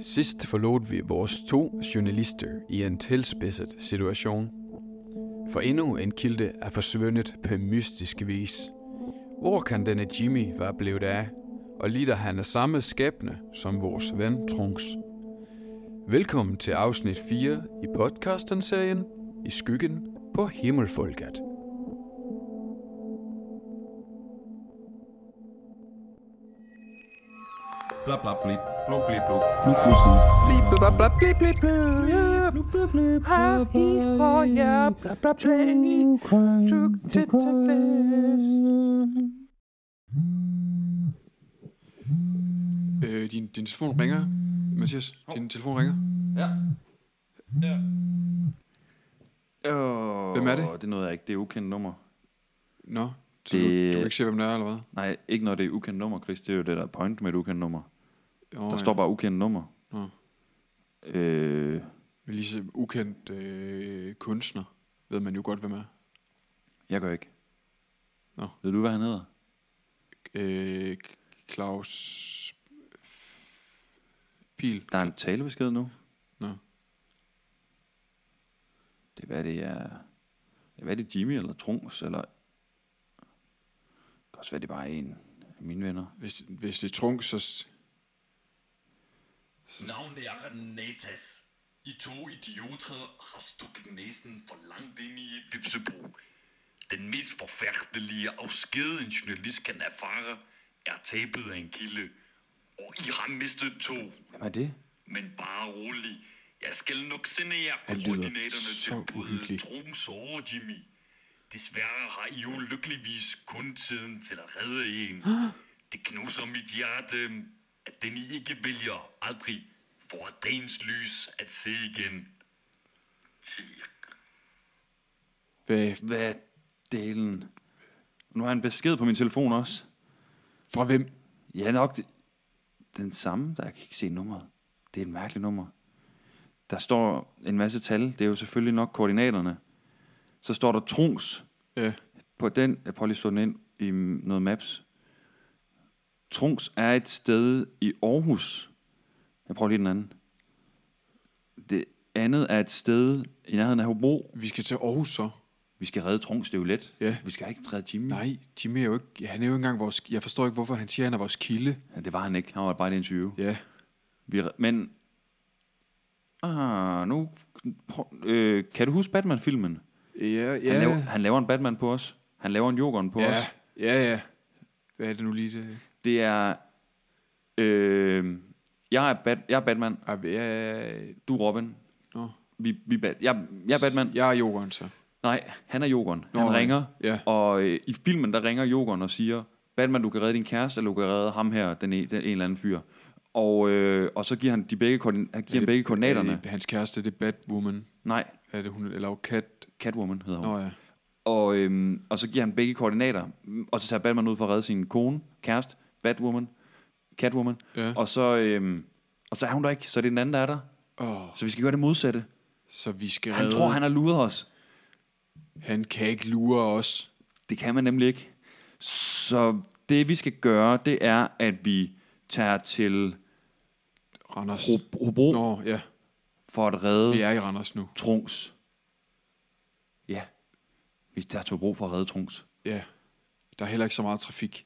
Sidst forlod vi vores to journalister i en tilspidset situation. For endnu en kilde er forsvundet på mystisk vis. Hvor kan denne Jimmy være blevet af? Og lider han af samme skæbne som vores ven Trunks? Velkommen til afsnit 4 i podcasten-serien I skyggen på Himmelfolket. Bla bla blip. Blu blip blu. Øh, din, din telefon ringer, Mathias. Din telefon ringer. Ja. ja. Hvem er det? Det nåede jeg ikke. Det er ukendt nummer. Nå, så Det- du, du kan ikke se, hvem det er, eller hvad? Nej, ikke når det er ukendt nummer, Chris. Det er jo det, der er point med et ukendt nummer. Oh, der står bare ukendt nummer. Nå. Øh, Lige så ukendt øh, kunstner, ved man jo godt, hvem er. jeg gør ikke. Nå. Ved du, hvad han hedder? Øh, Claus Pil. Der er en talebesked nu. Nå. Det er, hvad det er. Det er, hvad det er Jimmy eller Trunks, eller... Det kan også være, det er bare en af mine venner. Hvis, hvis det er trunk, så... s- Navnet er Renatas. I to idioter har stukket næsen for langt ind i et vipsebo. Den mest forfærdelige afsked, en journalist kan erfare, er tabet af en kilde. Og I har mistet to. Hvem er det? Men bare rolig. Jeg skal nok sende jer Han lyder koordinaterne til så både uhyggelig. Trunks og Jimmy. Desværre har I jo lykkeligvis kun tiden til at redde en. Det knuser mit hjerte, at den I ikke vælger aldrig får dagens lys at se igen. Cirka. Hvad, Hvad delen? Nu har jeg en besked på min telefon også. fra hvem? Ja, nok det- den samme, der jeg kan ikke se nummeret. Det er et mærkeligt nummer. Der står en masse tal. Det er jo selvfølgelig nok koordinaterne. Så står der Trunks. Ja. På den, jeg prøver lige at slå den ind i noget maps. Trunks er et sted i Aarhus. Jeg prøver lige den anden. Det andet er et sted i nærheden af Hobro. Vi skal til Aarhus så. Vi skal redde Trunks, det er jo let. Ja. Vi skal da ikke redde Jimmy. Nej, Jimmy er jo ikke... Han er jo ikke engang vores... Jeg forstår ikke, hvorfor han siger, at han er vores kilde. Ja, det var han ikke. Han var bare et interview. Ja. Vi, re- men... Ah, nu... prøv- Øh, kan du huske Batman-filmen? Ja, ja. Han, laver, han laver en Batman på os. Han laver en Jokeren på ja, os. ja, ja. Hvad er det nu lige det? Det er... Øh, jeg, er Bat, jeg er Batman. Ej, ja, Du er Robin. Nå. Vi, vi er bat, jeg, jeg er Batman. Jeg er jokeren så. Nej, han er Jokeren. Nå, han nej. ringer, Ja. og øh, i filmen, der ringer Jokeren og siger, Batman, du kan redde din kæreste, eller du kan redde ham her, den, e- den en eller anden fyr. Og, øh, og så giver han, de begge, koordin- han giver han begge koordinaterne. Øh, hans kæreste, det er Batwoman. Nej, Er det hun? Eller Cat? Catwoman hedder hun. Nå ja. Og, øhm, og så giver han begge koordinater, Mm, og så tager Batman ud for at redde sin kone, kæreste, Batwoman, Catwoman. Ja. Og, så, øhm, og så er hun der ikke, så er det den anden, der er der. Åh, Så vi skal gøre det modsatte. så vi skal Han redde. tror, han har luret os. han kan ikke lure os. Det kan man nemlig ikke. Så det, vi skal gøre, det er, at vi tager til Randers. Hob- Hobro Nå. Nå, ja. for at redde Vi ja. er i Randers nu. Trunks. Ja, vi tager til Hobro for at redde Trunks. Ja. Der er heller ikke så meget trafik.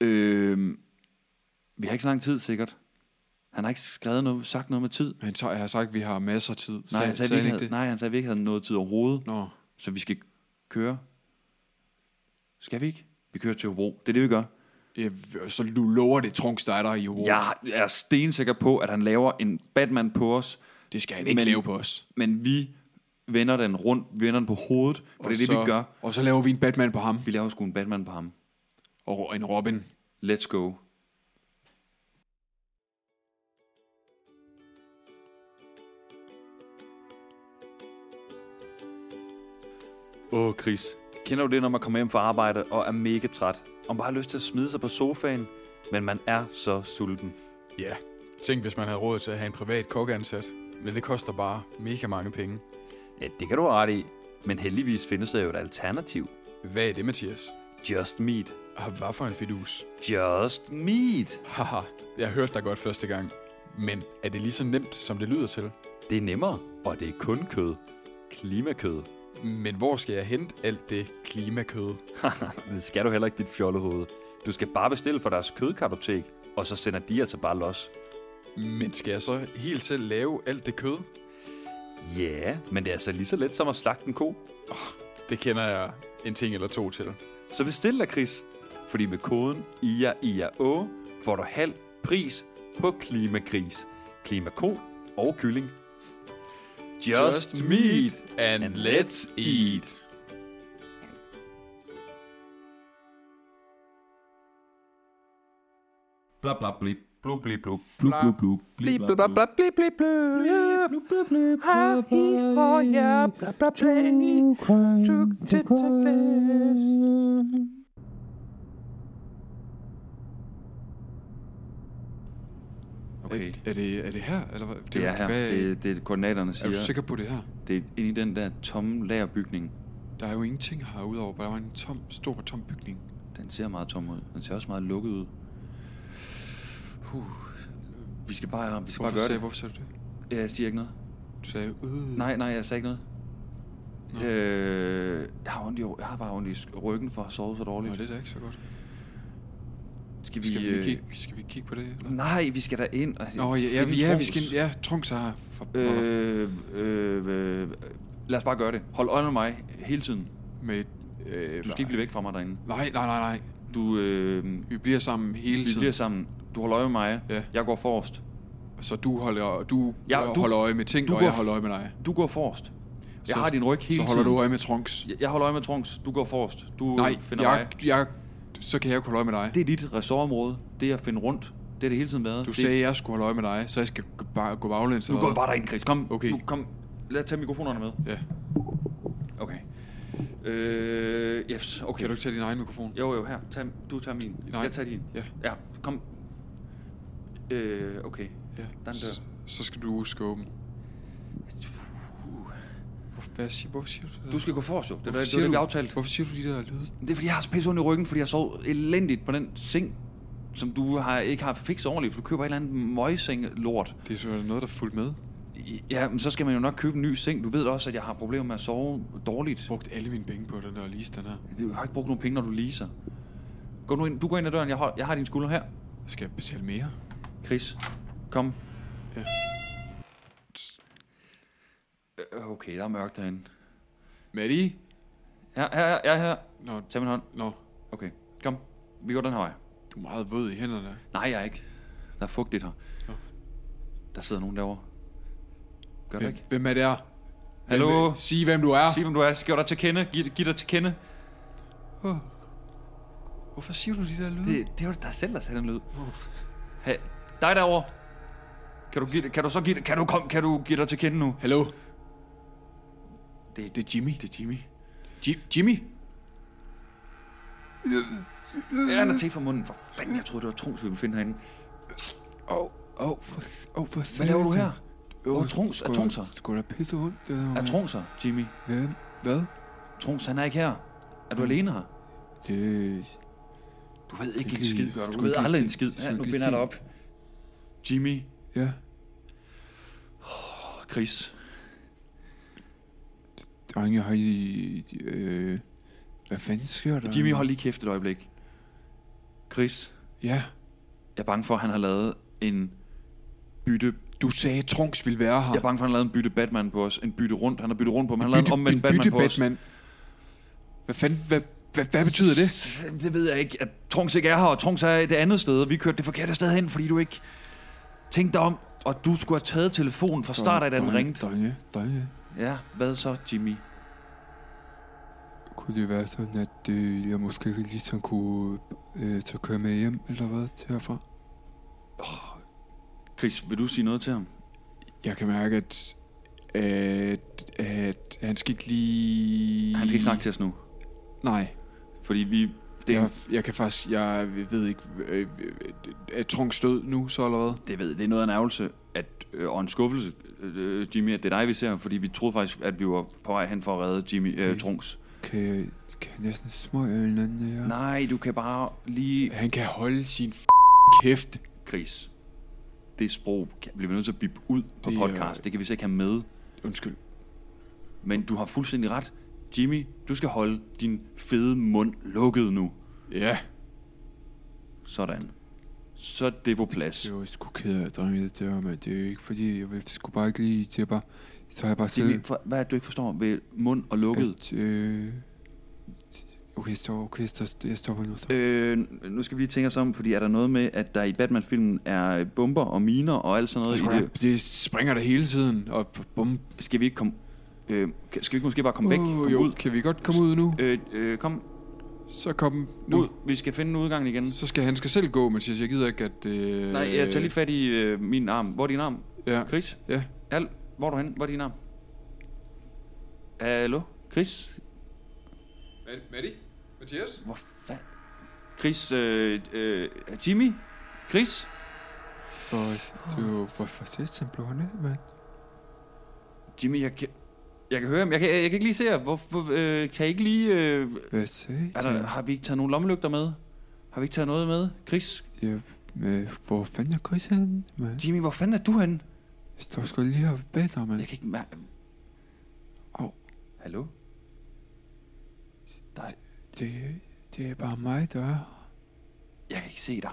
Øhm, vi har ikke så lang tid, sikkert. Han har ikke skrevet noget, sagt noget med tid. Men så, jeg har sagt, at vi har masser af tid. Nej, han sagde, vi ikke havde, nej, han sagde, vi ikke havde noget tid overhovedet, Nå, så vi skal køre. Skal vi ikke? Vi kører til Hobro. Det er det, vi gør. ja, v- så du lover det, Trunks, der er der i Hobro. Jeg er stensikker på, at han laver en Batman på os, Det skal han ikke Men- lave på os. men vi vender den rundt, vender den på hovedet, for det er det, så, vi gør. Og så laver vi en Batman på ham. Vi laver sgu en Batman på ham. Og en Robin. Let's go. Åh, oh, Chris. Kender du det, når man kommer hjem fra arbejde og er mega træt? Og man bare har lyst til at smide sig på sofaen, men man er så sulten. Ja. Tænk, hvis man havde råd til at have en privat kokkeansat. Men det koster bare mega mange penge. Ja, det kan du have ret i. Men heldigvis findes der jo et alternativ. Hvad er det, Mathias? Just Meat. Ah, Hvad for en fidus? Just meat. Haha, jeg hørte dig godt første gang. Men er det lige så nemt, som det lyder til? Det er nemmere, og det er kun kød. Klimakød. Men hvor skal jeg hente alt det klimakød? det skal du heller ikke, dit fjollehoved. Du skal bare bestille fra deres kødkartotek, og så sender de altså bare los. Men skal jeg så helt selv lave alt det kød? Ja, yeah, men det er altså lige så let som at slagte en ko. Det kender jeg en ting eller to til. Så bestil dig, Chris. Fordi med koden IAIAO får du halv pris på klimagris, klimako og kylling. Just, Just meat and, and let's eat. Bla bla blip. Blub blip blub. Blub, blub, blub. Blip bla bla blip blip blip. Blub blub blip. Har I og jeg bla bla blip. True detectives. Okay, Er, er, det, er det her? Eller hvad? det er her. Hvad, Det, det er koordinaterne er siger. du sikker på det her? Det er inde i den der tomme lagerbygning. Der er jo ingenting her udover, hvor der var en tom, stor tom bygning. Den ser meget tom ud. Den ser også meget lukket ud. Huh. Vi skal bare, vi skal Hvorfor, bare sagde, gøre hvorfor sagde du det? det. Jeg siger ikke noget. Du sagde, øh. Nej, nej, jeg sagde ikke noget. Øh, jeg, har ondt i, jeg har bare ondt i sk- ryggen for at sove så Nå, dårligt. det er da ikke så godt. Skal vi... Skal vi, øh, kigge, skal vi kigge på det? Eller? Nej, vi skal da ind. og- Nå, ja, ja, finde ja, vi Troels. skal... Ja, Trunks er her. For, øh. Øh, øh, øh, lad os bare gøre det. Hold øje med mig hele tiden. Med, øh, Du skal ikke blive væk fra mig derinde. Nej, nej, nej, nej. Du, øh, Vi bliver sammen hele vi tiden. bliver sammen. Du holder øje med mig. Ja. Jeg går forrest. Så du holder, du, Ja, ja, du- du holder øje med ting, du og går jeg f- holder øje med dig. Du går forrest. Jeg Så- har din ryg hele Så holder tiden. du øje med Trunks. Jeg- Jeg holder øje med Trunks. Du går forrest. Du Nej, finder jeg, mig. jeg, så kan jeg jo ikke holde øje med dig. Det er dit ressortområde. Det er at finde rundt. Det er det hele tiden været. Du det... sagde, at jeg skulle holde øje med dig, så jeg skal g- bare gå baglæns. Nu eller går jeg hvad? bare derind, Chris. Kom. Okay. Du, kom. Lad tage mikrofonerne med. Ja. Okay. Øh, yes, okay. Kan du ikke tage din egen mikrofon? Jo, jo, her. Tag, du tager min. Nej. Jeg tager din. Ja. Ja, kom. Øh, okay. Ja. Der er en S- dør. Så skal du skubbe den. Hvor- Hvad siger, hvorfor siger du det? der? Du skal gå forrest, jo. Det, er Hvorfor det, det, siger det, vi du- aftalt. Hvorfor siger du de der lyde? Det er, fordi jeg har så pisse ondt i ryggen, fordi jeg sov elendigt på den seng, som du har, ikke har fikset ordentligt, for du køber en eller anden møgseng lort. Det er selvfølgelig noget, der er fuldt med. Ja, men så skal man jo nok købe en ny seng. Du ved også, at jeg har problemer med at sove dårligt. Brugt alle mine penge på den der liste, den her. Du har ikke brugt nogen penge, når du leaser. Gå nu ind. Du går ind ad døren. Jeg, hold, jeg har din skulder her. Skal jeg betale mere? Chris, kom. Ja. Øh, Okay, der er mørkt derinde. Maddie? Her, her, her, her, her. Nå, Tag min hånd. nå, Okay, kom. Vi går den her vej. du er meget våd i hænderne. Nej, jeg er ikke. Der er fugtigt her. Nå. Der sidder nogen derovre. Gør det Hvem, ikke? hvem er det her? Hvem- Hallo? Sig, hvem du er. Sig, hvem du er. Giv dig til kende. Giv, giv dig til kende. Åh. Hvorfor siger du de der lyde? Det, det var dig selv, der sagde den lyd. Hey, dig derovre. Kan du, give, kan du så give, kan du, kom, kan du give dig til kende nu? Hallo? Det- det er Jimmy. Det er Jimmy. Ji- Jimmy? Ja, han har til for munden. For fanden, jeg troede, det var Trunks, vi ville finde herinde. Åh, åh, for, oh, for Hvad laver du her? Hvor er Trunks? Er Trunks her? Skulle da pisse ondt, det der. Er mand. Trunks her, Jimmy? Hvem? Hvad? Trunks, han er ikke her. Er du alene her? Det... Mm. Du ved ikke Det en kan- skid, gør du. Du skulle ved ikke aldrig en lige skid. se- Ja, nu skulle ikke binder jeg dig lige op. Jimmy Ja. og Chris. Drenge, har I... Øh, hvad fanden sker der? Jimmy, hold lige kæft et øjeblik. Chris, Ja. jeg er bange for, at han har lavet en bytte... Du sagde, at Trunks ville være her. Jeg er bange for, at han har lavet en bytte Batman på os. En bytte rundt. Han har byttet rundt på ham. Han har lavet en Bytte- omvendt en Batman bytte på os. Batman. Hvad fanden? Hvad, hvad, hvad betyder det? Det ved jeg ikke. At Trunks ikke er her, og Trunks er det andet sted, og vi kørte det forkerte sted hen, fordi du ikke tænkte dig om, og du skulle have taget telefonen fra start af, da den Drenge, ringte. Drenge, drenge. Ja, hvad så, Jimmy? Kunne det være sådan, at øh, jeg måske ikke lige sådan kunne øh, så køre med hjem, eller hvad, til herfra? Chris, vil du sige noget til ham? Jeg kan mærke, at, at, at han skal ikke lige... Han skal ikke snakke til os nu, Nej, fordi vi... Det, jeg, er, jeg kan faktisk... Jeg ved ikke... Øh, øh, er Trunks død nu, så eller hvad? det, ved, det er noget af en ærgelse, at, øh, og en skuffelse, øh, Jimmy, at det er dig, vi ser, fordi vi troede faktisk, at vi var på vej hen for at redde Jimmy, øh, Trunks. Kan jeg, kan jeg næsten smøge en eller anden her? Nej, du kan bare lige... Han kan holde sin f- kæft. Gris. Det sprog kan- bliver vi nødt til at bippe ud på Det er- podcast. Det kan vi så ikke have med. Undskyld. Men du har fuldstændig ret. Jimmy, du skal holde din fede mund lukket nu. Ja. Sådan. Så er det på plads. Det var sgu ked af, drenge, det der, men det er ikke fordi, jeg ville sgu bare ikke lige til at bare... Så har jeg bare selv... Jimmy, for, hvad er det, du ikke forstår ved mund og lukket? At, øh, okay, så okay, så jeg stopper nu. Så. Øh, nu skal vi lige tænke os om, fordi er der noget med, at der i Batman-filmen er bomber og miner og alt sådan noget i det? det. det springer der hele tiden, og bum. Skal vi ikke komme... Øh, kan- skal vi ikke måske bare komme væk? Komme Uh, jo, ud? kan vi godt komme ud nu? Øh, øh, kom Så kom ud. nu. Vi skal finde en udgang igen. Så skal han skal selv gå, Mathias. Jeg gider ikke, at... Øh, Nej, jeg tager lige fat i øh, min arm. Hvor er din arm? Ja. Chris? Ja. Al, hvor er du henne? Hvor er din arm? Hallo? Chris? Matti? Mathias? Hvor fanden? Chris? Øh, øh, Jimmy? Chris? For, du, hvorfor det, som blev han af, mand? Jimmy, jeg kan, jeg kan høre ham. Jeg kan, jeg kan ikke lige se jer. Hvor, hvor, øh, kan jeg ikke lige... Øh, Hvad sagde er der, har vi ikke taget nogle lommelygter med? Har vi ikke taget noget med? Chris? Ja, men, hvor fanden er Chris henne, mand? Jimmy, hvor fanden er du henne? Jeg står sgu lige her bag dig, mand. Jeg kan ikke mærke... Au. Hallo? Nej, Det, det er bare mig, der er. jeg kan ikke se dig.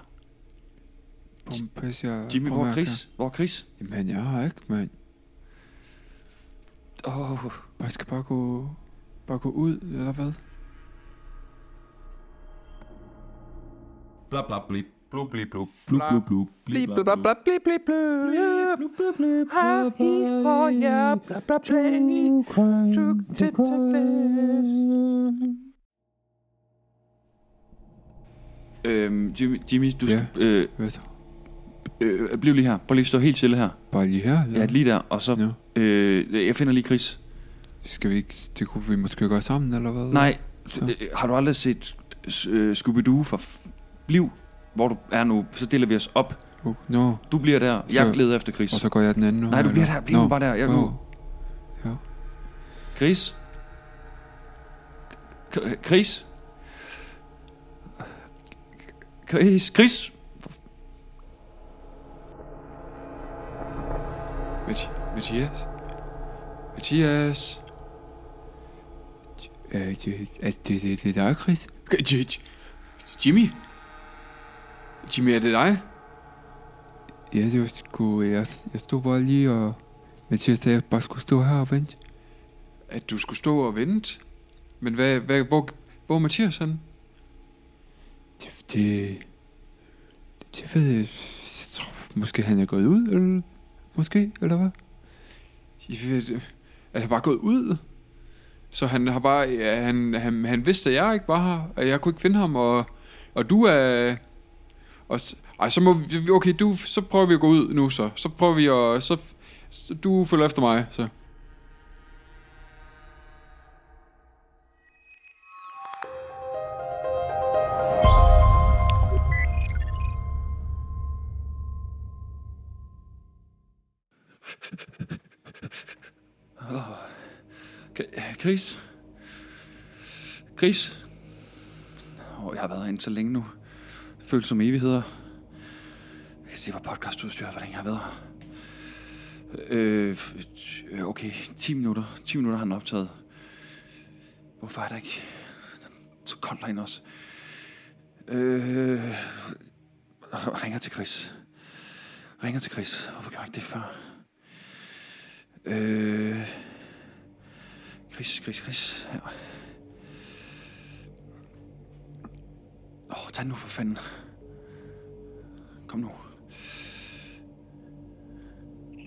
Bum, pas, jeg, Jimmy, bum, hvor er jeg Chris? Hvor er Chris? kan- Jamen, jeg har ikke, mand. Åh, oh, Man skal bare gå, bare gå ud, eller hvad? Bla bla blip. Blub blip blub. Blub blub blub. Blip, blip, blip, blip, blip, blip, blip. Hej, hi, hå, ja, bla, bla, blæ. Tuk, tuk, tuk, tuk. Øhm, Jimmy, Jimmy, du Ja. ja. øh, Hvad så? øh, bliv lige her. Prøv lige at stå helt stille her. Bare lige her, eller? Ja, lige der. Og så... Ja. Øh, jeg finder lige Chris. Skal vi ikke, det kunne vi måske gøre sammen, eller hvad? Nej, øh, har du aldrig set øh, Scooby-Doo for... f- Bliv, hvor du er nu. Så deler vi os op. Uh, Nå, no. Du bliver der. Jeg Så- leder efter Chris. og så går jeg den anden nu. Nej, du eller? bliver der. Bliv Nå. nu bare der. Jeg går. Åh. Ja. Chris? K- Chris? Chris? Chris? Mathi- Mathias? Mathias? Er det, er det, det, det dig, Chris? J- J- Jimmy? Jimmy, er det dig? Ja, det var sgu... Jeg, jeg stod bare lige og... Mathias sagde, at jeg bare skulle stå her og vente. At du skulle stå og vente? Men hvad, hvad, hvor, hvor er Mathias han? Det, det, det ved jeg... jeg tror, måske han er gået ud, eller... Måske, eller hvad? Jeg ved, øh, er han bare gået ud? Så han har bare... Ja, han, han, han vidste, at jeg ikke var her, og jeg kunne ikke finde ham, og, og du er... Og, s- ej, så må vi... Okay, du, så prøver vi at gå ud nu, så. Så prøver vi at... Så, så du følger efter mig, så. K- Chris? Chris? Åh, jeg har været herinde så længe nu. Det føles som evigheder. Jeg kan se, hvor podcastudstyr, hvor længe jeg har været her. Øh, f- øh, okay, 10 minutter. 10 minutter har han optaget. Hvorfor er der ikke... Så koldt derinde også. Øh, ringer til Chris. Ringer til Chris. Hvorfor gjorde jeg ikke det før? Øh... Chris, Chris, Chris. Her. Åh, oh, tag nu for fanden. Kom nu.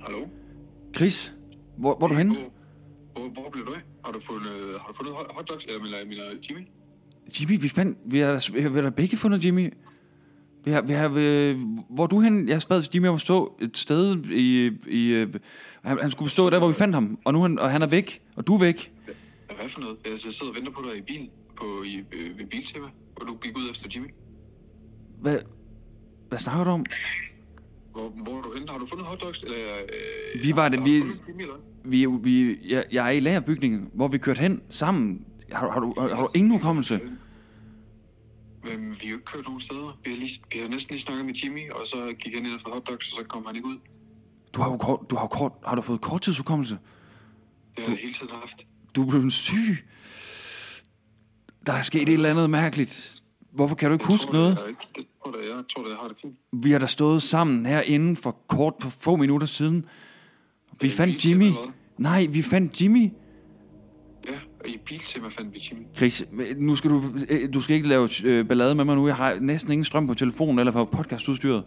Hallo? Chris, hvor, hvor er du Hm? henne? Hvor, hvor blev du af? Har du fundet, har du fundet hot- hotdogs, eller mener, mener Jimmy? Jimmy, vi fandt... Vi har, vi har, vi har da begge fundet Jimmy. Vi har, vi har, øh, hvor er du hen? Jeg spad Jimmy om at stå et sted i... i øh, han, han, skulle stå der, hvor vi fandt ham. Og nu er han, og han er væk, og du er væk. Ja, Hvad for noget? Altså, jeg sidder og venter på dig i bilen, på, i, øh, ved Biltema, hvor du gik ud efter Jimmy. Hvad, hvad snakker du om? Hvor, hvor er du henne? Har du fundet hotdogs, eller... Øh, Vi var har- det- har vi- du fundet Jimmy, eller? hvad? Vi, er jo- vi, jeg, jeg er i lagerbygningen, hvor vi kørte hen sammen. Har, du- har, du, har, har du ingen hukommelse? Men vi har jo ikke kørt nogen steder. Vi har, lige, vi har næsten lige snakket med Jimmy, og så gik han ind efter hotdogs, og så kom han ikke ud. Du har jo kort, du har jo kort, har du fået korttidshukommelse? Det har jeg hele tiden haft. Du er blevet syg. Der er sket et eller andet mærkeligt. Hvorfor kan du ikke Jeg huske tror, noget? Jeg, ikke- det tror da, jeg tror da, jeg har det fint. Vi har da stået sammen herinde for kort for få minutter siden. Vi I fandt biltema, Jimmy. eller hvad? Nej, vi fandt Jimmy. Ja, og i biltema fandt vi Jimmy. Chris, nu skal du, øh, du skal ikke lave øh, ballade med mig nu. Jeg har næsten ingen strøm på telefonen eller på podcastudstyret.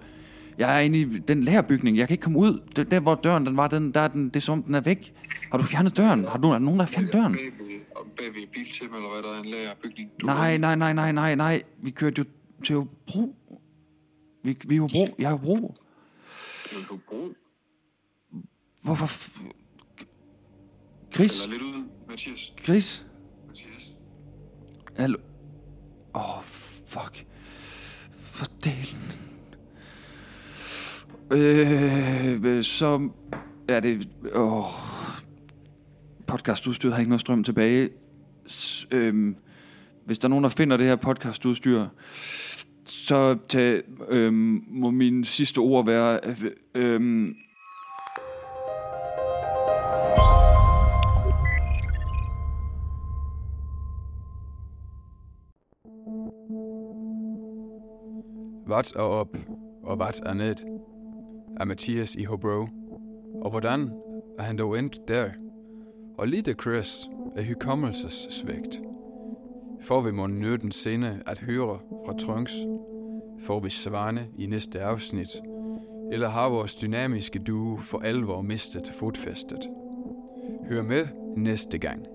Jeg er inde i den lærerbygning. Jeg kan ikke komme ud. Det, der, hvor døren den var, den, der er den, det er som, den er væk. Har du fjernet døren? Har du, er der nogen, der har fjernet døren? Bagved, og bagved i biltema, eller hvad der er en lagerbygning. Du Nej, nej, nej, nej, nej, nej. Vi kørte jo til Hobro. Vi, vi er Hobro. Jeg er Hobro. Vil du bruge? Hvorfor? F- Chris? Eller lidt ud, Mathias. Chris? Mathias. Hallo? Åh, oh, fuck. For delen. Øh, øh, så er det... Åh. Oh. Podcastudstyret har ikke noget strøm tilbage. S- øhm, hvis der er nogen, der finder det her podcastudstyr, så tag, øhm, må mine sidste ord være... Øh, øhm, Hvad er op, og hvad er ned? Er Mathias i Hobro? Og hvordan er han dog endt der? Og lige det Chris er hukommelsessvægt. Får vi mon nøden sinde at høre fra Trunks? Får vi svarene i næste afsnit? Eller har vores dynamiske duo for alvor mistet fodfæstet? Hør med næste gang.